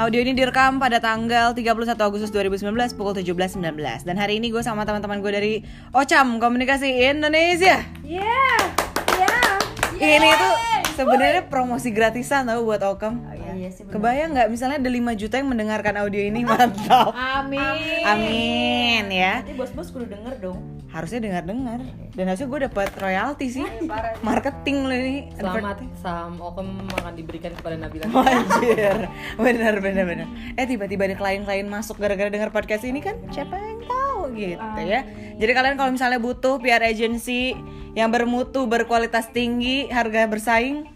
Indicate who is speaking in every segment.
Speaker 1: Audio ini direkam pada tanggal 31 Agustus 2019 pukul 17.19 Dan hari ini gue sama teman-teman gue dari Ocam Komunikasi Indonesia
Speaker 2: Yeah, yeah.
Speaker 1: Ini tuh sebenarnya promosi gratisan tau buat Ocam
Speaker 2: Iya sih. bener.
Speaker 1: Kebayang nggak misalnya ada 5 juta yang mendengarkan audio ini mantap
Speaker 2: Amin.
Speaker 1: Amin ya
Speaker 2: Nanti bos-bos kudu denger dong.
Speaker 1: Harusnya dengar-dengar Dan harusnya gue dapat royalti sih
Speaker 2: parah.
Speaker 1: Marketing loh ini
Speaker 3: Selamat saham Okem akan diberikan kepada Nabila.
Speaker 1: Anjir, bener bener bener. Eh tiba-tiba ada klien-klien masuk gara-gara dengar podcast ini kan? Siapa yang tahu gitu ya? Jadi kalian kalau misalnya butuh PR agency yang bermutu, berkualitas tinggi, harga bersaing,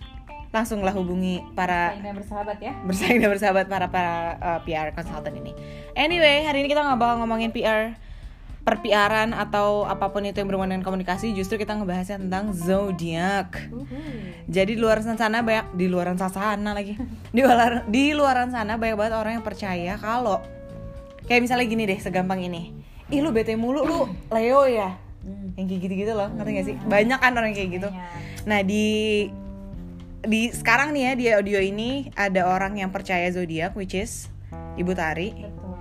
Speaker 1: langsunglah hubungi para
Speaker 2: Ini bersahabat ya.
Speaker 1: bersaing dan bersahabat para para uh, PR consultant ini. Anyway, hari ini kita nggak bakal ngomongin PR perpiaran atau apapun itu yang berhubungan dengan komunikasi, justru kita ngebahasnya tentang zodiak. Jadi di luar sana banyak di luaran sana lagi. Di luar di luaran sana banyak banget orang yang percaya kalau kayak misalnya gini deh segampang ini. Ih lu bete mulu lu Leo ya. Yang kayak gitu-gitu loh, ngerti gak sih? Banyak kan orang yang kayak gitu. Nah, di di sekarang nih ya di audio ini ada orang yang percaya zodiak which is Ibu Tari
Speaker 2: Betul.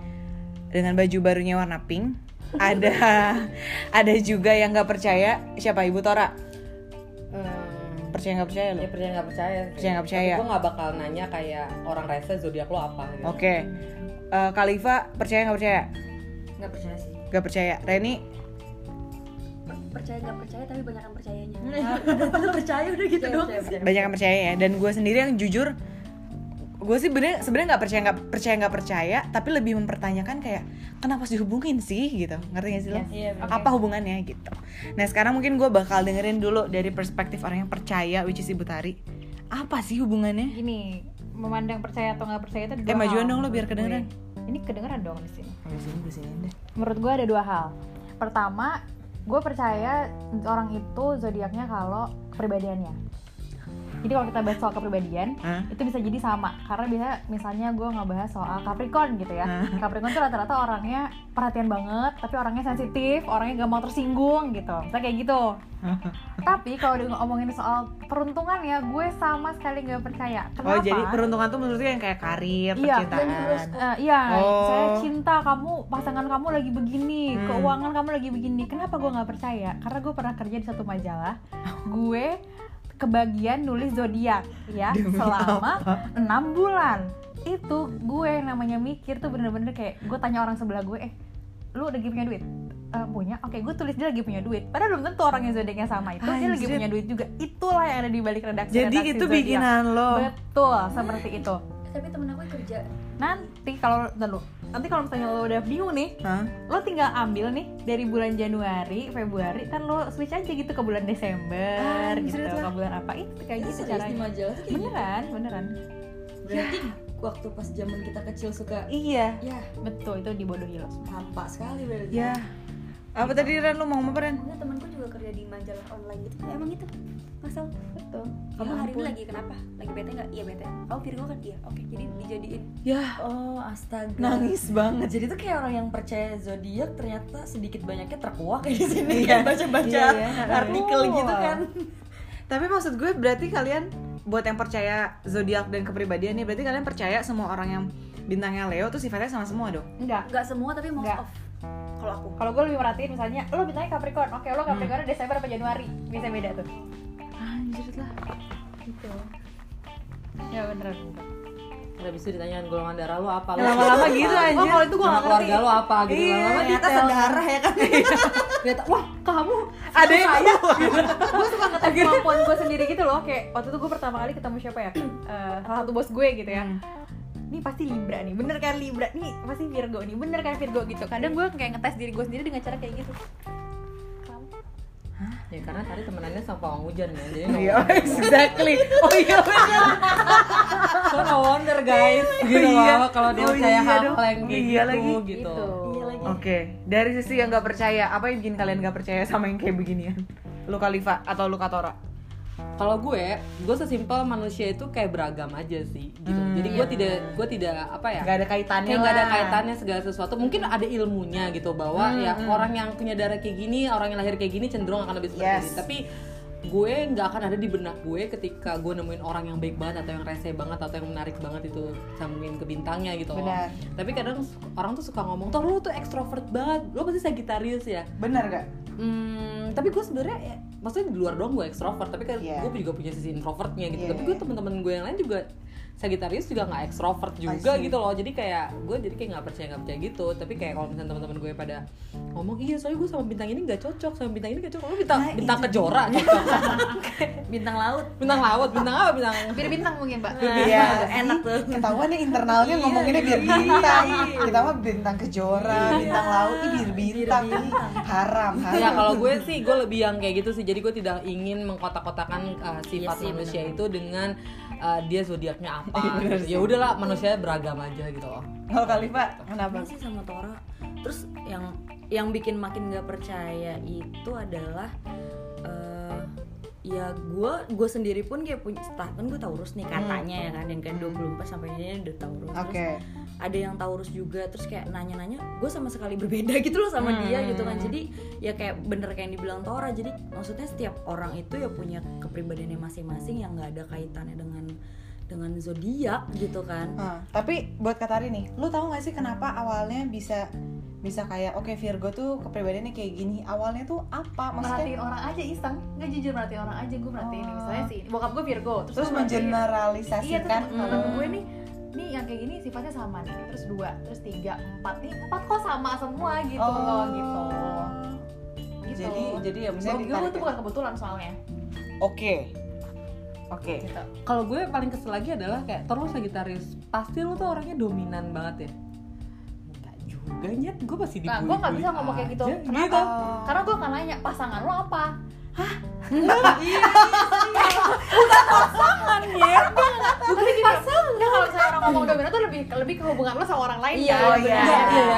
Speaker 1: dengan baju barunya warna pink. Ada ada juga yang nggak percaya siapa Ibu Tora?
Speaker 3: Hmm,
Speaker 1: Percaya nggak percaya lu?
Speaker 3: ya percaya nggak percaya. sih.
Speaker 1: Percaya nggak percaya.
Speaker 3: Tapi gue nggak bakal nanya kayak orang rese zodiak lo apa. Gitu.
Speaker 1: Oke. Eh, Khalifa percaya nggak percaya?
Speaker 2: Enggak percaya sih.
Speaker 1: Gak percaya. Reni
Speaker 4: percaya nggak percaya tapi banyak yang percayanya Lu percaya udah gitu doang
Speaker 1: banyak yang percaya ya. Dan gue sendiri yang jujur, gue sih bener sebenarnya nggak percaya nggak percaya nggak percaya, tapi lebih mempertanyakan kayak kenapa harus dihubungin sih gitu. Ngerti gak sih lo? Apa hubungannya gitu. Nah sekarang mungkin gue bakal dengerin dulu dari perspektif orang yang percaya, which is Ibu Tari. Apa sih hubungannya?
Speaker 5: gini memandang percaya atau nggak percaya itu ada
Speaker 1: Eh,
Speaker 5: dua
Speaker 1: majuan
Speaker 5: hal
Speaker 1: dong lo biar
Speaker 5: menurut
Speaker 1: kedengeran.
Speaker 5: gue. ini kedengeran dong di sini
Speaker 1: sini deh.
Speaker 5: menurut gue ada dua hal pertama gue percaya orang itu zodiaknya kalau kepribadiannya jadi kalau kita bahas soal kepribadian
Speaker 1: Hah?
Speaker 5: itu bisa jadi sama karena bisa misalnya gue nggak bahas soal Capricorn gitu ya Capricorn tuh rata-rata orangnya perhatian banget tapi orangnya sensitif orangnya gak mau tersinggung gitu misalnya kayak gitu tapi kalau udah ngomongin soal peruntungan ya gue sama sekali nggak percaya kenapa
Speaker 1: Oh jadi peruntungan tuh menurut gue yang kayak karir,
Speaker 5: Iya,
Speaker 1: percintaan.
Speaker 5: Eh, iya,
Speaker 1: Oh.
Speaker 5: saya cinta kamu, pasangan kamu lagi begini,
Speaker 1: Hmm.
Speaker 5: keuangan kamu lagi begini. Kenapa gue nggak percaya? Karena gue pernah kerja di satu majalah, gue kebagian nulis zodiak ya
Speaker 1: Demi
Speaker 5: selama enam bulan. Itu gue yang namanya mikir tuh bener-bener kayak gue tanya orang sebelah gue, eh lu lagi punya duit? Eh, punya, oke gue tulis dia lagi punya duit Padahal belum tentu orang yang zodiaknya sama itu Dia lagi
Speaker 1: Anjir.
Speaker 5: punya duit juga Itulah yang ada di balik redaksi
Speaker 1: Jadi
Speaker 5: redaksi
Speaker 1: itu
Speaker 5: zodiak.
Speaker 1: bikinan lo.
Speaker 5: Oh. Betul, seperti itu
Speaker 4: Eh, tapi temen aku yang kerja
Speaker 5: nanti kalau bentar lu nanti kalau misalnya lo udah bingung nih
Speaker 1: Hah?
Speaker 5: lo tinggal ambil nih dari bulan Januari Februari kan lo switch aja gitu ke bulan Desember gitu
Speaker 1: Anjrit lah.
Speaker 5: ke bulan apa itu kayak
Speaker 4: Iya, Ah,
Speaker 5: gitu
Speaker 4: serius di
Speaker 5: caranya
Speaker 4: majalah tuh kayak gitu.
Speaker 5: beneran beneran
Speaker 4: berarti waktu pas zaman kita kecil suka
Speaker 1: Iya.
Speaker 4: ya
Speaker 5: betul itu dibodohi lo semua.
Speaker 4: tampak sekali berarti
Speaker 1: Ya. Apa tadi Ren lu mau ngomong apa Ren?
Speaker 4: Enggak, temanku juga kerja di majalah online gitu emang itu ngasal
Speaker 5: betul
Speaker 4: kamu hari ini lagi kenapa lagi bete nggak iya bete kamu Virgo kan iya oke jadi dijadiin
Speaker 1: Ya,
Speaker 3: Oh astaga.
Speaker 1: nangis banget.
Speaker 3: Jadi tuh kayak orang yang percaya zodiak ternyata sedikit banyaknya terkuak kayak di sini
Speaker 1: Iya.
Speaker 3: kan baca-baca
Speaker 1: Iya, iya, iya.
Speaker 3: artikel gitu kan.
Speaker 1: Tapi maksud gue berarti kalian buat yang percaya zodiak dan kepribadian nih berarti kalian percaya semua orang yang bintangnya Leo tuh sifatnya sama semua dong.
Speaker 5: enggak
Speaker 4: nggak semua tapi most
Speaker 5: Nggak.
Speaker 4: of kalau aku Hmm.
Speaker 5: kalau gue lebih merhatiin misalnya lo bintangnya Capricorn oke lo Capricorn Desember apa Januari bisa beda tuh
Speaker 1: Anjir lah.
Speaker 5: gitu ya beneran
Speaker 3: Nah, habis itu ditanyain golongan darah lo apa? Lo-
Speaker 1: Lama-lama gitu
Speaker 3: Wah,
Speaker 1: anjir.
Speaker 3: kalau itu gue nggak ngerti. Keluarga lo apa gitu?
Speaker 1: Iya,
Speaker 3: Lama-lama
Speaker 1: ternyata
Speaker 3: sedarah ya kan? Ternyata wah kamu
Speaker 1: Ada yang keluar.
Speaker 5: gue suka ngetahui kemampuan gue sendiri gitu loh kayak waktu itu gue pertama kali ketemu siapa ya Eh, salah satu bos gue gitu
Speaker 1: Hmm.
Speaker 5: ya ini pasti Libra nih, bener kan Libra nih, pasti Virgo nih, bener kan Virgo gitu. Kadang gue kayak ngetes diri gue sendiri dengan cara kayak gitu.
Speaker 3: Ya karena tadi temenannya sama pawang hujan ya. Jadi no
Speaker 1: Iya, exactly. Oh iya benar.
Speaker 3: wonder. So no wonder guys. Gitu
Speaker 1: iya.
Speaker 3: loh kalau dia
Speaker 1: Oh iya
Speaker 3: percaya hal-hal
Speaker 1: dong.
Speaker 3: yang kayak
Speaker 1: Iya
Speaker 3: gitu
Speaker 1: lagi.
Speaker 3: gitu.
Speaker 5: Gitu.
Speaker 1: Oke, dari sisi yang nggak percaya, apa yang bikin kalian nggak percaya sama yang kayak beginian? Lu Khalifa atau lu Katora?
Speaker 3: Kalau gue, gue sesimpel manusia itu kayak beragam aja sih gitu.
Speaker 1: Hmm,
Speaker 3: Jadi gue tidak gue tidak apa ya?
Speaker 1: Gak iya, ada kaitannya
Speaker 3: kayak nggak ada
Speaker 1: lah. Hmm,
Speaker 3: kaitannya segala sesuatu mungkin ada ilmunya gitu bahwa ya orang yang punya darah kayak gini orang yang lahir kayak gini cenderung akan lebih seperti
Speaker 1: Yes.
Speaker 3: ini tapi gue nggak akan ada di benak gue ketika gue nemuin orang yang baik banget atau yang rese banget atau yang menarik banget itu sambungin ke bintangnya gitu loh.
Speaker 1: Benar.
Speaker 3: Tapi kadang su- orang tuh suka ngomong, "Tuh lu tuh ekstrovert banget. Lu pasti Sagittarius ya."
Speaker 1: Bener gak?
Speaker 3: Hmm, tapi gue sebenarnya ya, maksudnya di luar doang gue ekstrovert, tapi kan
Speaker 1: Iya.
Speaker 3: gue juga punya sisi introvertnya gitu.
Speaker 1: Iya,
Speaker 3: tapi gue
Speaker 1: iya.
Speaker 3: teman-teman gue yang lain juga Sagittarius juga nggak ekstrovert juga
Speaker 1: see.
Speaker 3: gitu loh. Jadi kayak gue jadi kayak nggak percaya nggak percaya gitu. Tapi kayak kalau misalnya teman-teman gue pada ngomong iya soalnya gue sama bintang ini nggak cocok, sama bintang ini nggak cocok. Lu bintang
Speaker 1: Nah,
Speaker 3: bintang kejora, cocok.
Speaker 2: Bintang laut.
Speaker 3: bintang laut, bintang apa bintang?
Speaker 5: Bir bintang mungkin mbak
Speaker 1: Iya,
Speaker 2: enak tuh.
Speaker 1: Ketahuan nih internalnya ngomonginnya biar bintang. Kita mah bintang kejora, bintang laut, ini Iya. biar bintang, Iya, ini haram, haram.
Speaker 3: ya kalau gue sih gue lebih yang kayak gitu sih jadi gue tidak ingin mengkotak-kotakan uh, sifat
Speaker 2: Iya sih,
Speaker 3: manusia itu dengan uh, dia zodiaknya
Speaker 1: Iya,
Speaker 3: apa ya udahlah manusia beragam aja gitu loh
Speaker 1: Kalau Kalifa, kenapa?
Speaker 2: Apa sih sama Tora? Terus yang yang bikin makin nggak percaya itu adalah eh, ya gue gue sendiri pun kayak punya setelah kan gue Taurus nih katanya ya kan yang ke 24 sampai ini udah Taurus Terus
Speaker 1: Oke.
Speaker 2: ada yang Taurus juga terus kayak nanya-nanya gue sama sekali berbeda gitu loh sama dia gitu kan jadi ya kayak bener kayak yang dibilang Tora jadi maksudnya setiap orang itu ya punya kepribadiannya masing-masing yang nggak ada kaitannya dengan dengan zodiak gitu kan
Speaker 1: Ah, tapi buat Katari nih, lu tahu gak sih kenapa awalnya bisa bisa kayak oke Virgo tuh kepribadiannya kayak gini awalnya tuh apa maksudnya
Speaker 5: merhatiin orang aja iseng nggak jujur merhatiin orang aja gue merhatiin ini misalnya sih bokap gue Virgo terus,
Speaker 1: terus Hmm.
Speaker 5: gue merhatiin. iya terus
Speaker 1: mengeneralisasikan
Speaker 5: temen gue nih nih yang kayak gini sifatnya sama nih terus dua terus tiga empat nih empat kok sama semua gitu loh gitu gitu
Speaker 1: Oh. jadi jadi ya
Speaker 5: gue
Speaker 1: misalnya
Speaker 5: gue
Speaker 1: ditarik
Speaker 5: tuh
Speaker 1: ya.
Speaker 5: bukan kebetulan soalnya
Speaker 1: oke oke
Speaker 5: gitu
Speaker 3: kalau gue paling kesel lagi adalah kayak terus Sagittarius pasti lu tuh orangnya dominan banget ya Enggak juga nyet gue pasti
Speaker 5: nah
Speaker 3: dibully
Speaker 5: gue nggak bisa ngomong kayak gitu kenapa
Speaker 1: Oh.
Speaker 5: karena gue akan nanya pasangan lo apa Oh, iya. Bukan pasangan ya,
Speaker 1: Oh,
Speaker 5: pasangan. Enggak kalau misalnya orang ngomong dominan tuh lebih lebih ke hubungan lo sama orang lain
Speaker 2: Iya,
Speaker 5: kan?
Speaker 1: oh iya.
Speaker 3: Iya, iya,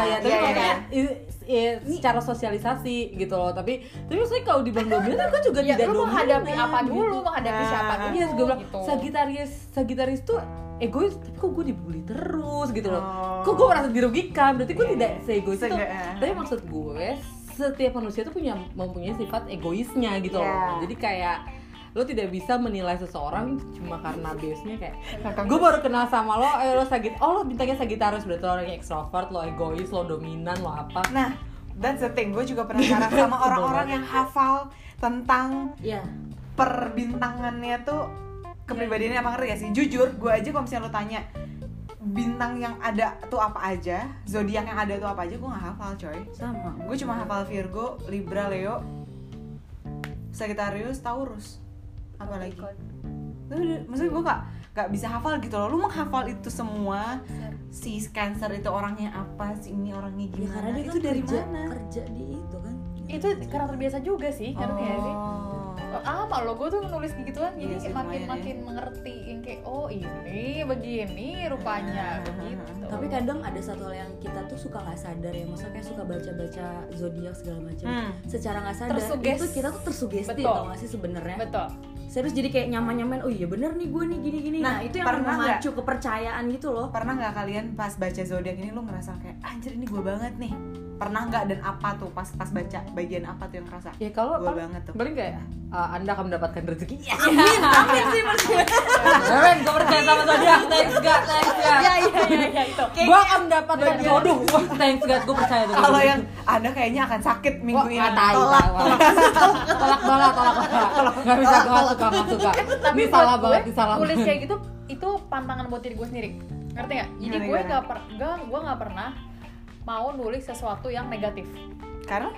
Speaker 3: iya. Tapi
Speaker 1: Iya,
Speaker 3: kalau
Speaker 1: iya.
Speaker 3: kayak i- i- secara sosialisasi gitu loh. Tapi tapi maksudnya kalau dibilang dominan kan gue juga
Speaker 5: ya
Speaker 3: tidak
Speaker 5: lu
Speaker 3: dominan.
Speaker 5: menghadapi apa dulu
Speaker 3: gitu.
Speaker 5: menghadapi siapa
Speaker 1: Nah,
Speaker 5: dulu
Speaker 3: Iya, gue bilang
Speaker 5: gitu.
Speaker 3: Sagitarius Sagitarius tuh egois, tapi kok gue dibully terus gitu loh.
Speaker 1: Oh.
Speaker 3: Kok gue merasa dirugikan? Berarti gue
Speaker 1: Iya,
Speaker 3: tidak
Speaker 1: iya.
Speaker 3: seegois itu.
Speaker 1: Sege- eh.
Speaker 3: Tapi maksud gue setiap manusia tuh punya mempunyai sifat egoisnya gitu
Speaker 1: Iya.
Speaker 3: loh. Jadi kayak lo tidak bisa menilai seseorang cuma karena biasanya kayak
Speaker 1: Kakak
Speaker 3: gue baru kenal sama lo, eh, lo sagit, oh lo bintangnya Sagittarius berarti lo orangnya ekstrovert, lo egois, lo dominan, lo apa?
Speaker 1: Nah, that's the thing. Gue juga penasaran sama orang-orang yang hafal tentang
Speaker 2: ya
Speaker 1: perbintangannya tuh kepribadiannya apa ngerti gak sih? Jujur, gue aja kalau misalnya lo tanya bintang yang ada tuh apa aja, zodiak yang ada tuh apa aja, gue nggak hafal coy.
Speaker 2: sama
Speaker 1: Gue cuma hafal Virgo, Libra, Leo, Sagittarius, Taurus, apa lagi? Tapi maksudnya gue gak, gak bisa hafal gitu loh. Lu menghafal itu semua, si Cancer itu orangnya apa, si ini orangnya
Speaker 2: ya karena
Speaker 1: gimana,
Speaker 2: dia
Speaker 1: itu
Speaker 2: kan
Speaker 1: dari
Speaker 2: kerja,
Speaker 1: mana?
Speaker 2: kerja di itu kan
Speaker 5: itu karakter biasa juga sih ngerti ya sih
Speaker 1: Oh.
Speaker 5: apa lo gue tuh nulis gituan jadi
Speaker 1: Iya sih,
Speaker 5: makin
Speaker 1: lumayan ya.
Speaker 5: makin mengerti yang kayak oh ini begini rupanya
Speaker 1: Nah,
Speaker 5: gitu. begitu
Speaker 2: tapi kadang ada satu hal yang kita tuh suka nggak sadar ya maksudnya kayak suka baca-baca zodiak segala macam
Speaker 1: Hmm.
Speaker 2: secara nggak sadar
Speaker 5: Tersuges.
Speaker 2: itu kita tuh tersugesti
Speaker 5: Betul.
Speaker 2: tau gak sih sebenarnya
Speaker 5: betul
Speaker 2: serius jadi kayak nyaman-nyaman oh iya bener nih gue nih gini-gini
Speaker 1: Nah,
Speaker 2: nah, itu yang
Speaker 1: pernah nggak?
Speaker 2: memacu kepercayaan gitu loh
Speaker 1: Pernah nggak kalian pas baca zodiak ini lu ngerasa kayak anjir ini gue banget nih? Pernah nggak dan apa tuh pas pas baca bagian apa tuh yang ngerasa?
Speaker 3: Ya kalau
Speaker 1: Gue
Speaker 3: apa-
Speaker 1: banget tuh.
Speaker 3: Paling kayak uh, anda akan mendapatkan rezeki. Iya.
Speaker 2: amin sih percaya
Speaker 3: Keren, gue percaya sama zodiak. Thanks God, thanks God.
Speaker 5: ya ya ya, ya itu
Speaker 3: Gue akan mendapatkan jodoh. Wah, thanks God, gue percaya tuh.
Speaker 1: Kalau yang anda kayaknya akan sakit minggu
Speaker 3: Wah,
Speaker 1: ini.
Speaker 3: ngatain,
Speaker 1: Tolak,
Speaker 3: tolak, tolak bala, tolak bala. Gak bisa gue suka, gak suka.
Speaker 5: Eh, tapi
Speaker 3: Ini
Speaker 5: buat
Speaker 3: salah
Speaker 5: gue,
Speaker 3: banget, ini salah.
Speaker 5: tulis kayak gitu itu pantangan buat diri gue sendiri ngerti nggak jadi
Speaker 1: Gimana,
Speaker 5: gue
Speaker 1: gimana?
Speaker 5: nggak per nggak- gue nggak pernah mau nulis sesuatu yang negatif
Speaker 1: Karena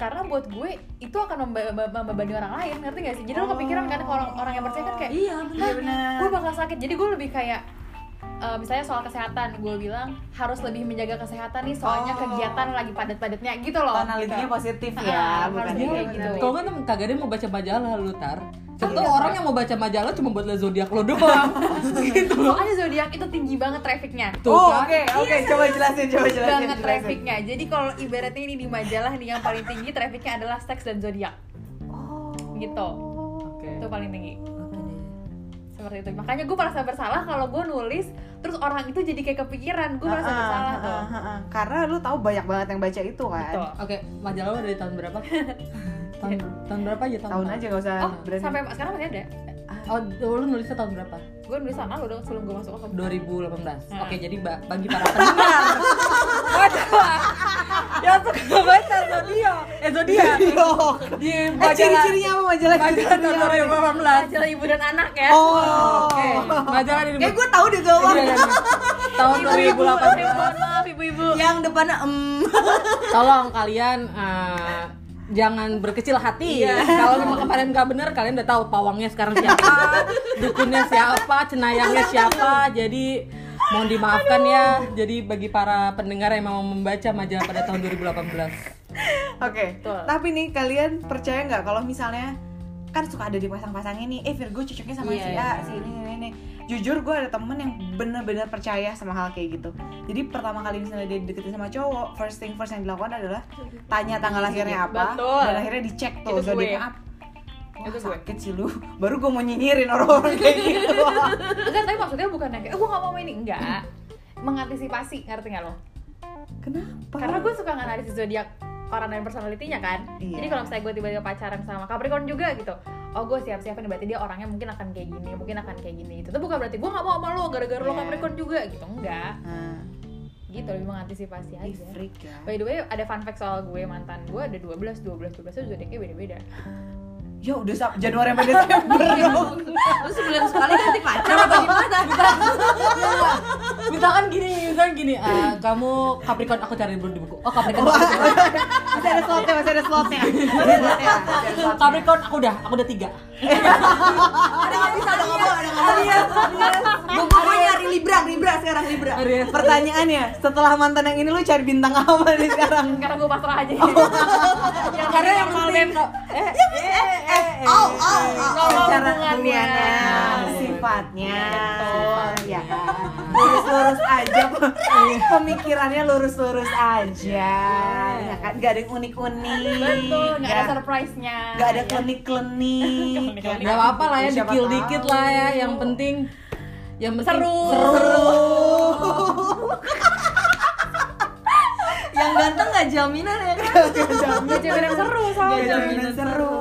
Speaker 5: karena buat gue itu akan membe- membe- membebani orang lain ngerti gak sih jadi lo kepikiran kan kalau orang, orang yang percaya kan
Speaker 1: Eh.
Speaker 5: kayak
Speaker 2: iya bener
Speaker 1: benar.
Speaker 5: gue bakal sakit jadi gue lebih kayak eh, misalnya soal kesehatan gue bilang harus lebih menjaga kesehatan nih soalnya
Speaker 1: Oh.
Speaker 5: kegiatan lagi padat-padatnya gitu loh
Speaker 1: Analitiknya positif
Speaker 5: Ah,
Speaker 1: ya, bukan
Speaker 5: harus
Speaker 1: negatif.
Speaker 5: kayak gitu.
Speaker 3: Kalau kan kagak ada yang mau baca majalah lu tar. Satu orang yang mau baca majalah cuma buat liat zodiak lo doang. gitu loh.
Speaker 5: soalnya zodiak itu tinggi banget trafficnya
Speaker 3: Tuh
Speaker 1: oh,
Speaker 3: kan.
Speaker 1: oke, oke, coba jelasin, coba jelasin.
Speaker 5: banget
Speaker 1: jelasin.
Speaker 5: trafficnya jadi kalau ibaratnya ini di majalah nih yang paling tinggi trafficnya adalah seks dan zodiak
Speaker 1: Oh.
Speaker 5: gitu
Speaker 3: Oke.
Speaker 5: itu paling tinggi seperti itu makanya gue merasa bersalah kalau gue nulis terus orang itu jadi kayak kepikiran gue merasa
Speaker 1: Ah,
Speaker 5: bersalah
Speaker 1: ah,
Speaker 5: tuh
Speaker 1: ah, ah, ah. Karena lu tahu banyak banget yang baca itu kan.
Speaker 5: Betul.
Speaker 3: Oke, majalah lo dari tahun berapa? tahun, tahun berapa aja tahun,
Speaker 1: tahun aja gak usah
Speaker 5: Oh,
Speaker 1: berani.
Speaker 5: sampai sekarang masih ada.
Speaker 3: oh lu nulisnya tahun berapa
Speaker 5: Gue nulis sana lo dong sebelum gue masuk ke
Speaker 3: 2018
Speaker 5: Hmm.
Speaker 3: oke jadi ba- bagi para pendengar
Speaker 2: ya suka baca zodiak
Speaker 1: Iya,
Speaker 2: eh zodiak
Speaker 3: di
Speaker 1: eh
Speaker 3: majalah
Speaker 1: ciri-cirinya apa majalah
Speaker 3: majalah tahun 2018
Speaker 5: Acara ibu dan anak ya.
Speaker 1: oh
Speaker 3: oke majalah di
Speaker 1: kayak gue tahu deh jawab
Speaker 3: Iya, iya, iya. tahun
Speaker 5: Ibu, ibu,
Speaker 3: 2018
Speaker 5: mohon maaf ibu-ibu.
Speaker 1: yang depannya em
Speaker 3: tolong kalian eh, jangan berkecil hati kalau memang kemarin nggak bener kalian udah tahu pawangnya sekarang siapa dukunnya siapa cenayangnya siapa jadi mohon dimaafkan ya jadi bagi para pendengar yang mau membaca majalah pada tahun 2018
Speaker 1: Oke, tapi nih kalian percaya nggak kalau misalnya kan suka ada di pasang-pasangnya nih, eh Virgo cocoknya sama
Speaker 5: Iya,
Speaker 1: si A, si ini, ini, ini. Jujur gue ada temen yang bener-bener percaya sama hal kayak gitu. Jadi pertama kali misalnya dia deketin sama cowok, first thing first yang dilakukan adalah tanya tanggal lahirnya apa,
Speaker 5: Betul.
Speaker 1: dan akhirnya dicek tuh
Speaker 5: Itu gue.
Speaker 1: zodiaknya apa. Wah,
Speaker 5: Itu gue.
Speaker 1: sakit sih lu. Baru gue mau nyinyirin orang-orang kayak gitu.
Speaker 5: Enggak, tapi maksudnya bukan yang kayak, eh gue gak mau main ini. Enggak. Mengantisipasi, ngerti gak lo?
Speaker 1: Kenapa?
Speaker 5: Karena gue suka nganalisis zodiak orang dan personalitinya kan.
Speaker 1: Iya.
Speaker 5: Jadi kalau misalnya gue tiba-tiba pacaran sama Capricorn juga gitu, oh gue siap-siapin berarti dia orangnya mungkin akan kayak gini, mungkin akan kayak gini. Itu tuh bukan berarti gue gak mau sama lo gara-gara lo
Speaker 1: Iya.
Speaker 5: Capricorn juga gitu, enggak.
Speaker 1: Nah,
Speaker 5: Gitu lebih mengantisipasi
Speaker 1: ih,
Speaker 5: aja.
Speaker 1: freak ya.
Speaker 5: By the way, ada fun fact soal gue mantan gue ada 12, 12, 12 itu zodiaknya beda-beda.
Speaker 1: Ya udah Sa- Januari sampai Desember
Speaker 5: Iya.
Speaker 1: dong.
Speaker 2: lu sebulan sekali ganti pacar apa gimana
Speaker 3: misalkan gini misalkan gini eh, kamu Capricorn aku cari dulu di buku oh Capricorn aku cari dulu.
Speaker 1: Masih ada slotnya, masih ada slotnya. Masih ada slotnya. masih ada slotnya.
Speaker 3: Capricorn aku udah aku udah tiga
Speaker 1: ada nggak bisa Iya, ada nggak mau ada nggak mau iya. Gua- gua mau nyari libra libra sekarang libra
Speaker 3: Aries.
Speaker 1: ya. pertanyaannya setelah mantan yang ini lu cari bintang apa nih sekarang
Speaker 5: Sekarang gue pasrah aja.
Speaker 2: Oh,
Speaker 5: yang
Speaker 3: karena yang
Speaker 5: normal
Speaker 3: penting
Speaker 5: dan-
Speaker 3: eh,
Speaker 1: oh oh oh
Speaker 5: Soal
Speaker 1: cara
Speaker 5: hubungannya.
Speaker 1: hubungannya Iya. sifatnya Iya. ya lurus-lurus aja pemikirannya lurus-lurus aja ya kan nggak ada yang unik-unik
Speaker 5: Betul, nggak ada
Speaker 2: iya.
Speaker 1: Ya.
Speaker 5: surprise-nya.
Speaker 1: Gak ada klinik-klinik
Speaker 5: Klinik-klinik.
Speaker 3: Gak apa-apa lah ya,
Speaker 1: Siapa
Speaker 3: dikil
Speaker 1: tahu.
Speaker 3: dikit lah ya. Yang penting, yang penting
Speaker 5: Seru.
Speaker 2: yang ganteng nggak jaminan ya kan
Speaker 5: Gak jadi yang seru sama.
Speaker 1: Gak jaminan seru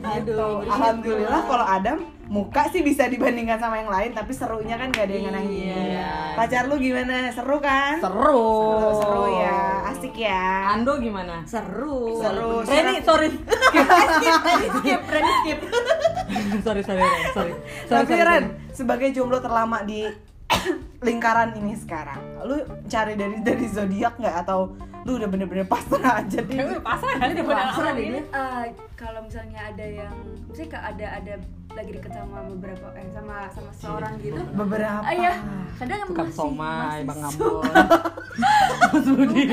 Speaker 1: Aduh, Alhamdulillah kalau Adam muka sih bisa dibandingkan sama yang lain tapi serunya kan gak ada yang nanggin
Speaker 3: Iya.
Speaker 1: pacar lu gimana seru kan
Speaker 3: Seru.
Speaker 1: seru, seru ya asik ya
Speaker 3: Ando gimana?
Speaker 2: seru
Speaker 1: seru
Speaker 3: Reni, sorry.
Speaker 2: skip Reni skip
Speaker 3: sorry, sorry, Ren. sorry. Sorry,
Speaker 1: tapi
Speaker 3: sorry,
Speaker 1: Ren
Speaker 3: sorry.
Speaker 1: sebagai jomblo terlama di lingkaran ini sekarang lu cari dari dari zodiak nggak atau lu udah bener-bener pasrah aja
Speaker 5: Ya
Speaker 1: deh
Speaker 5: udah pasrah kali dia pada
Speaker 4: Soalnya
Speaker 5: orang ini.
Speaker 4: ini, eh, kalau misalnya ada yang misalnya kayak ada ada lagi deket sama beberapa eh sama sama seorang
Speaker 2: Iya.
Speaker 4: gitu
Speaker 1: beberapa
Speaker 4: ah
Speaker 5: Iya.
Speaker 4: ya kadang emang
Speaker 3: Tukang
Speaker 4: masih
Speaker 3: somai,
Speaker 4: masih
Speaker 3: Bang Ambon. Mas Budi.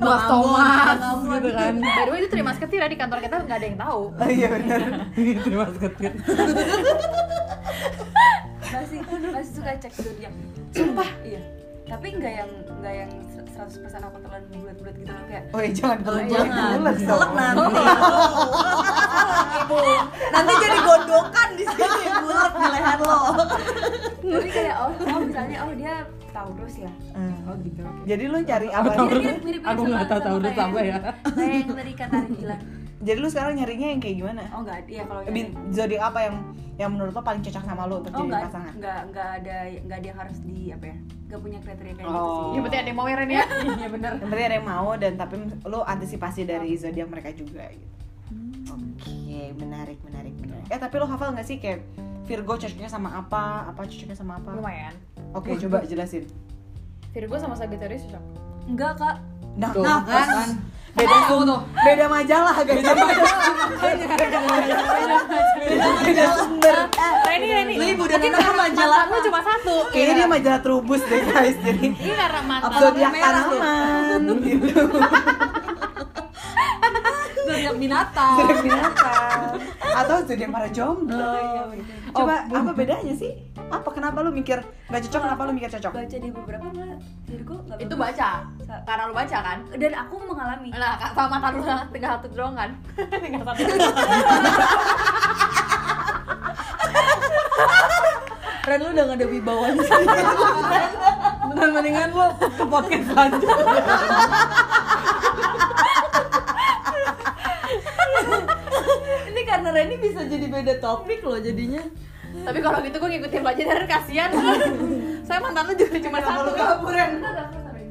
Speaker 3: Mas Thomas gitu kan.
Speaker 5: By the way itu terima ketir ya di kantor kita nggak ada yang tahu.
Speaker 1: Oh, iya bener
Speaker 3: Gitu Mas Ketir.
Speaker 4: masih masih suka cek zodiak sumpah iya tapi nggak yang nggak yang 100% aku telan bulat-bulat gitu loh kayak
Speaker 1: Woi Oh, iya, jangan
Speaker 2: Oh,
Speaker 1: kalau
Speaker 2: iya. jangan
Speaker 1: bulat
Speaker 2: selek nanti nanti jadi gondokan di sini bulat di leher lo
Speaker 4: tapi kayak oh, oh misalnya oh dia Taurus ya
Speaker 1: Oh gitu. Jadi lu cari apa?
Speaker 4: mirip mirip
Speaker 3: Aku nggak tahu Taurus apa ya.
Speaker 4: kayak yang tadi kata Rindila
Speaker 1: Jadi lu sekarang nyarinya yang kayak gimana?
Speaker 4: oh nggak iya kalau yang-
Speaker 1: Bin- Zodiak apa yang yang menurut lo paling cocok sama lo untuk
Speaker 4: oh
Speaker 1: jadi
Speaker 4: nggak
Speaker 1: pasangan?
Speaker 4: nggak nggak ada nggak ada yang harus di apa ya nggak punya kriteria kayak gitu
Speaker 1: Oh.
Speaker 4: sih
Speaker 5: Yang penting ada yang mau Ren ya. Iya benar.
Speaker 1: Yang penting ada yang mau dan tapi lo antisipasi dari zodiak mereka juga gitu. Oke, menarik, menarik, menarik. Eh tapi lo hafal nggak sih kayak Virgo cocoknya sama apa? Apa cocoknya sama apa?
Speaker 5: Lumayan.
Speaker 1: Oke, coba jelasin.
Speaker 5: Virgo sama Sagittarius cocok.
Speaker 4: Enggak kak
Speaker 1: Nah,
Speaker 3: Tuh,
Speaker 1: nah,
Speaker 3: kan.
Speaker 1: kan. Beda Beda majalah guys. Beda majalah. Beda sumber.
Speaker 5: Reni Iya, Reni.
Speaker 2: Lu ibu dan
Speaker 5: Mungkin
Speaker 2: anak
Speaker 5: karena
Speaker 2: majalah.
Speaker 5: mantan lu cuma satu.
Speaker 1: Eh, Kayaknya dia majalah Trubus deh guys. Jadi
Speaker 5: Ini karena mantan.
Speaker 1: zodiak tanaman gitu
Speaker 3: Zodiak binatang.
Speaker 1: zodiak binatang atau zodiak para jomblo coba apa bedanya sih apa kenapa lu mikir nggak cocok kenapa lu mikir cocok
Speaker 4: baca di beberapa malah Virgo nggak
Speaker 5: Itu
Speaker 4: bagus.
Speaker 5: baca. Karena lu baca kan.
Speaker 4: dan aku mengalami
Speaker 5: Nah, kak- sama mantan lu tinggal satu doang kan. Tinggal satu.
Speaker 3: Ren lu udah gak ada wibawanya sih Beneran mendingan lu ke podcast selanjutnya
Speaker 2: bisa jadi beda topik loh jadinya.
Speaker 5: Tapi kalau gitu gue ngikutin pelajaran kasihan. Saya mantan lu juga cuma
Speaker 1: Kenapa lu
Speaker 5: satu.
Speaker 1: kaburan?
Speaker 4: Kita udah aku sampai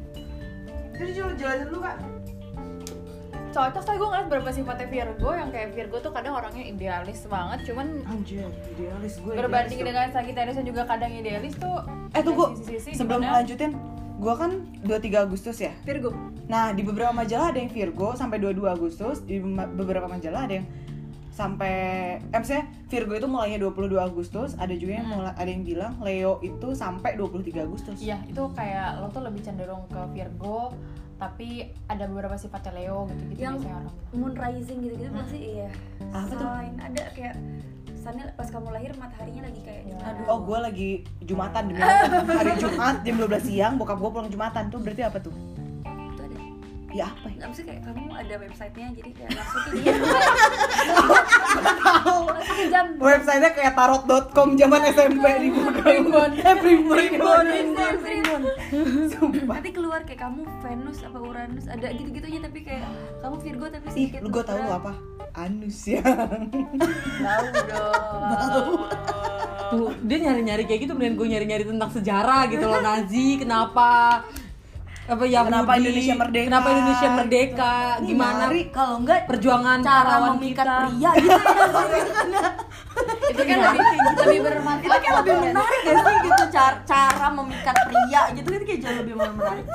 Speaker 1: Terus lu jelasin dulu, Kak.
Speaker 5: Cocok soalnya gue ngeliat berapa sifatnya Virgo yang kayak Virgo tuh kadang orangnya idealis banget, cuman
Speaker 1: Anjir, idealis gue.
Speaker 5: berbanding
Speaker 1: idealis
Speaker 5: dengan Sagittarius yang juga kadang idealis tuh
Speaker 1: dong. Eh, tunggu.
Speaker 5: dari sisi-sisi
Speaker 1: Sebelum
Speaker 5: dimana-
Speaker 1: lanjutin, gue kan 23 Agustus ya.
Speaker 2: Virgo.
Speaker 1: Nah, di beberapa majalah ada yang Virgo sampai 22 Agustus, di ma- beberapa majalah ada yang sampai eh, maksudnya Virgo itu mulainya 22 Agustus, ada juga yang mulai ada yang bilang Leo itu sampai 23 Agustus.
Speaker 5: Iya, itu kayak lo tuh lebih cenderung ke Virgo, tapi ada beberapa sifatnya Leo gitu-gitu
Speaker 4: Yang-
Speaker 5: biasanya orang.
Speaker 4: moon rising gitu-gitu pasti iya.
Speaker 1: Apa tuh?
Speaker 4: Sign ada kayak kesannya pas kamu lahir mataharinya lagi kayak di mana.
Speaker 1: Oh, gue lagi Jumatan demi Allah. hari Jumat jam 12 siang, bokap gue pulang Jumatan tuh berarti apa tuh?
Speaker 4: Itu ada.
Speaker 1: Ya apa ya?
Speaker 4: Nggak maksudnya kayak kamu ada websitenya jadi kayak masukin iya. Masukin jam.
Speaker 1: Websitenya kayak tarot.com zaman SMP di Google. Primbon. Eh, Primbon.
Speaker 4: Serius, serius.
Speaker 1: Sumpah.
Speaker 4: Nanti keluar kayak kamu Venus apa Uranus ada gitu-gitunya tapi kayak kamu Virgo tapi
Speaker 1: Ih,
Speaker 4: sedikit.
Speaker 1: lu gue tahu lu
Speaker 4: bergerak.
Speaker 1: apa? Anus ya.
Speaker 5: Tahu dong.
Speaker 3: Tuh, dia nyari-nyari kayak gitu mendingan gue nyari-nyari tentang sejarah gitu loh Nazi kenapa apa ya
Speaker 1: Kenapa Indonesia merdeka?
Speaker 3: kenapa Indonesia merdeka
Speaker 1: Ini
Speaker 3: gimana
Speaker 1: menarik.
Speaker 3: kalau enggak perjuangan pahlawan kita
Speaker 2: pria gitu.
Speaker 5: itu kan lebih lebih bermanfaat.
Speaker 2: Itu kayak gitu, lebih menarik ya sih gitu cara, cara memikat pria gitu kan kayak jauh lebih menarik.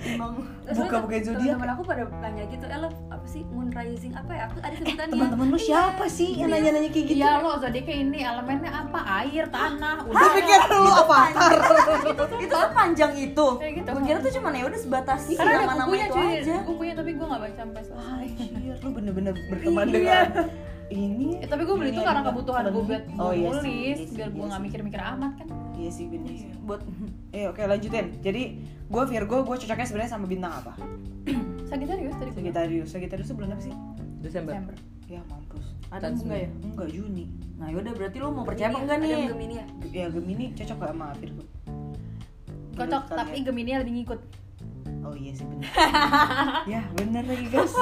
Speaker 2: Emang
Speaker 4: Terus
Speaker 1: Buka-buka
Speaker 4: soalnya
Speaker 1: zodiak.
Speaker 4: Teman-teman aku pada nanya gitu, "Eh, lo apa sih moon rising apa ya?" Aku ada sebutannya.
Speaker 1: Teman-teman Eh,
Speaker 2: Iya.
Speaker 1: lu siapa sih yang nanya-nanya kayak gitu?
Speaker 5: Iya lo zodiaknya ini elemennya apa? Air, tanah,
Speaker 1: Gue
Speaker 5: udara.
Speaker 1: pikir lu avatar.
Speaker 2: itu Iya, gitu. kan panjang itu.
Speaker 5: Kayak gitu.
Speaker 2: Gue kira tuh cuma ya udah sebatas
Speaker 5: Karena ada
Speaker 2: nama-nama
Speaker 5: bukunya
Speaker 2: itu
Speaker 5: cuy,
Speaker 2: aja.
Speaker 5: bukunya tapi gue gak baca sampai selesai.
Speaker 1: Anjir, Iya, lu bener-bener berteman dengan ini.
Speaker 5: Iya. Eh, tapi gue beli
Speaker 1: ini
Speaker 5: itu karena
Speaker 1: yang
Speaker 5: kebutuhan gue buat
Speaker 1: lebih.
Speaker 5: oh,
Speaker 1: iya sih,
Speaker 5: nulis,
Speaker 1: iya sih,
Speaker 5: biar gue
Speaker 1: iya
Speaker 5: gak
Speaker 1: sih.
Speaker 5: mikir-mikir amat kan.
Speaker 1: Iya sih bener sih.
Speaker 2: Buat
Speaker 1: Eh oke lanjutin. Jadi gue Virgo, gue cocoknya sebenarnya sama bintang apa?
Speaker 5: Sagittarius tadi gue.
Speaker 1: Sagittarius. Sagittarius itu bulan apa sih?
Speaker 3: Desember
Speaker 5: Desember.
Speaker 1: Ya mampus. Eh,
Speaker 2: ada enggak ya?
Speaker 1: Enggak Juni.
Speaker 2: Nah, yaudah berarti lu mau percaya apa enggak
Speaker 4: Ada yang
Speaker 2: nih?
Speaker 4: Gemini ya?
Speaker 1: G- Ya Gemini cocok gak sama Virgo?
Speaker 5: Cocok,
Speaker 1: Menurut kalian?
Speaker 5: tapi Gemini lebih ngikut.
Speaker 1: Oh iya sih bener. ya bener lagi guys.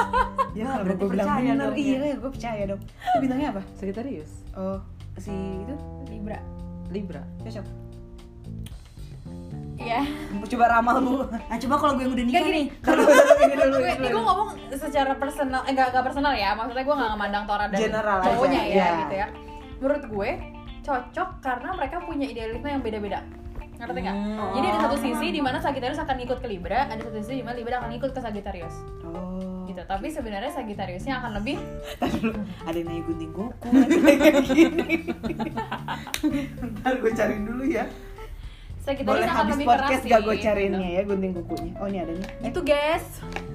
Speaker 1: Ya
Speaker 2: Wah,
Speaker 1: kalau
Speaker 2: berarti
Speaker 1: gue bilang
Speaker 2: percaya
Speaker 1: bener,
Speaker 2: dong ya.
Speaker 1: iya gue percaya dong. Itu bintangnya apa?
Speaker 3: Sagittarius
Speaker 1: Oh si itu
Speaker 5: Libra.
Speaker 3: Libra
Speaker 1: cocok.
Speaker 5: Iya.
Speaker 1: Coba ramal lu.
Speaker 2: Nah, coba kalau gue yang udah nikah
Speaker 5: Kayak gini,
Speaker 2: nih.
Speaker 1: Kalau ini dulu.
Speaker 5: Gue, ini gue ngomong secara personal, eh gak, personal ya Maksudnya gue gak memandang Tora dan
Speaker 1: General aja,
Speaker 5: cowoknya ya
Speaker 1: iya.
Speaker 5: gitu ya Menurut gue cocok karena mereka punya idealisme yang beda-beda Ngerti gak?
Speaker 1: Hmm.
Speaker 5: Jadi ada satu sisi
Speaker 1: Oh.
Speaker 5: di mana Sagittarius akan ikut ke Libra Ada satu sisi di mana Libra akan ikut ke Sagittarius
Speaker 1: Oh.
Speaker 5: gitu. Tapi sebenarnya Sagittariusnya akan lebih
Speaker 1: Ntar dulu, ada yang nanya gunting kuku ada yang kayak gini. Ntar gue cariin dulu ya. Boleh
Speaker 5: Sagittarius akan
Speaker 1: habis
Speaker 5: lebih
Speaker 1: podcast
Speaker 5: keras
Speaker 1: gak gue
Speaker 5: sih,
Speaker 1: cariinnya ya gunting kukunya. Oh ini ada nih.
Speaker 5: gitu. Itu guys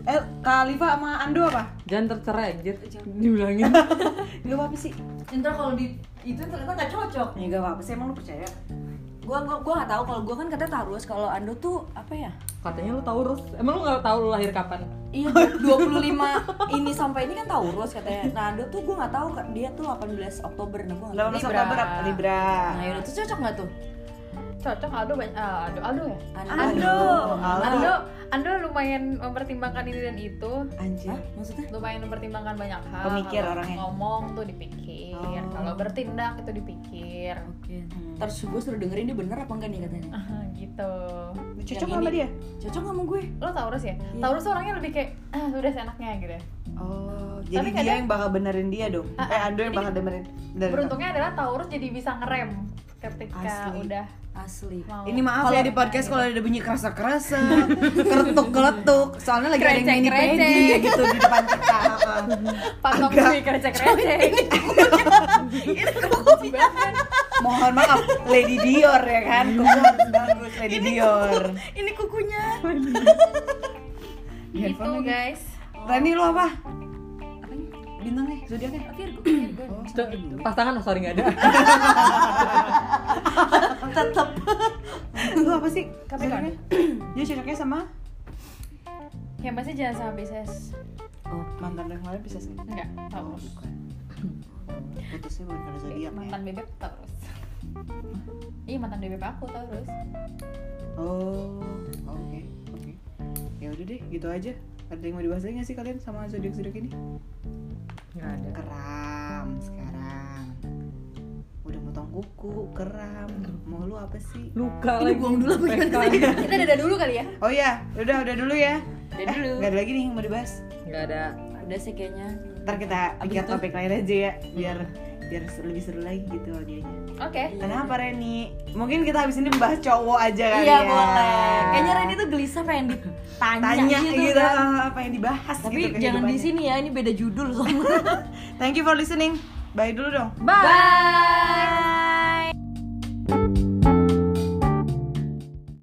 Speaker 1: Eh, Kalifa sama Ando apa?
Speaker 3: jangan tercerai anjir dibilangin
Speaker 1: Gak apa-apa sih.
Speaker 2: Ntar kalau di itu ternyata gak cocok.
Speaker 1: Ya gak apa-apa sih, emang lu percaya?
Speaker 2: Gua gua gua gak tahu kalau gua kan katanya Tarus, kalau Ando tuh apa ya?
Speaker 3: katanya lu Taurus emang lu nggak tahu lu lahir kapan
Speaker 2: Iya, 25 ini sampai ini kan Taurus katanya. Nah, Ando tuh gue nggak tahu Kak. dia tuh 18 Oktober nah gue nggak tahu.
Speaker 1: 18 Oktober apa? Libra.
Speaker 2: Nah, yaudah tuh cocok nggak tuh?
Speaker 5: cocok Aldo, ban- ah, Aldo, Aldo ya?
Speaker 1: Ando. Aldo.
Speaker 5: Aldo, Aldo lumayan mempertimbangkan ini dan itu
Speaker 1: Anjir.
Speaker 2: Hah? Maksudnya?
Speaker 5: lumayan mempertimbangkan banyak hal
Speaker 1: Pemikir
Speaker 5: Kalau
Speaker 1: orangnya.
Speaker 5: ngomong tuh dipikir
Speaker 1: Oh.
Speaker 5: kalau bertindak itu dipikir
Speaker 2: Oke. Terus gue suruh dengerin dia bener apa enggak nih katanya.
Speaker 5: Ah, gitu
Speaker 1: Lu cocok
Speaker 2: Yang
Speaker 1: sama
Speaker 2: ini.
Speaker 1: dia?
Speaker 2: Cocok nggak sama gue?
Speaker 5: lo Taurus ya
Speaker 1: Iya.
Speaker 5: Taurus orangnya lebih kayak ah udah seenaknya gitu ya.
Speaker 1: Oh, jadi dia
Speaker 5: kadang-
Speaker 1: yang bakal benerin dia dong.
Speaker 5: Ah,
Speaker 1: eh, Ando yang
Speaker 5: jadi-
Speaker 1: bakal benerin. benerin.
Speaker 5: beruntungnya adalah Taurus jadi bisa ngerem ketika
Speaker 2: Asli.
Speaker 5: udah
Speaker 2: Asli.
Speaker 5: mau
Speaker 1: Ini maaf ya di podcast kalau ada bunyi kerasa-kerasa, keretuk-keletuk, soalnya lagi ada yang mini
Speaker 5: Krecek-krecek.
Speaker 1: pedi gitu di depan kita. Heeh.
Speaker 5: patok sih krecek krecek
Speaker 1: Mohon maaf, Lady Dior ya kan? Kuku harus bagus, Lady Dior.
Speaker 2: Ini kukunya.
Speaker 1: Di
Speaker 5: gitu
Speaker 1: handphone lagi.
Speaker 5: guys
Speaker 1: Rani lu apa? Bintangnya, zodiaknya?
Speaker 4: Virgo, Virgo.
Speaker 1: Oh,
Speaker 3: pasangan oh, sorry nggak ada
Speaker 2: Tetep.
Speaker 1: lu apa sih? Zodiaknya?
Speaker 5: Capricorn.
Speaker 1: Dia cocoknya sama
Speaker 5: yang pasti jangan sama Pisces
Speaker 1: Oh, mantan lu yang kemarin bisa sih.
Speaker 5: enggak Taurus
Speaker 1: Putusnya bukan karena zodiak Oh, ya.
Speaker 5: mantan bebek Taurus iya mantan bebek aku Taurus
Speaker 1: Oh, oke, oke. Ya udah deh, gitu aja. Ada yang mau dibahas lagi nggak sih kalian sama zodiak zodiak ini?
Speaker 3: nggak ada
Speaker 1: Keram sekarang. kuku, keram. Mau lu apa sih?
Speaker 2: Nah.
Speaker 3: luka
Speaker 2: Ini
Speaker 3: lagi
Speaker 2: buang dulu apa gimana sih?
Speaker 4: Kita dadah dulu kali ya.
Speaker 1: Oh ya, udah udah dulu ya.
Speaker 2: Udah dulu.
Speaker 1: Gak ada lagi nih yang mau dibahas.
Speaker 3: nggak ada
Speaker 2: Udah sih kayaknya.
Speaker 1: Ntar kita pikir
Speaker 2: itu?
Speaker 1: topik lain aja ya, biar
Speaker 2: Iya.
Speaker 1: biar seru- lebih seru lagi gitu audionya.
Speaker 4: Oke.
Speaker 1: Kenapa Reni? Mungkin kita habis ini membahas cowok aja kali
Speaker 2: Iya
Speaker 1: ya.
Speaker 2: boleh. Kayaknya Reni tuh gelisah pengen ditanya
Speaker 1: Tanya gitu,
Speaker 2: kan.
Speaker 1: apa yang dibahas
Speaker 2: Tapi
Speaker 1: gitu
Speaker 2: jangan di
Speaker 1: kehidupannya.
Speaker 2: sini ya, ini beda judul soalnya.
Speaker 1: Thank you for listening. Bye dulu dong.
Speaker 4: Bye.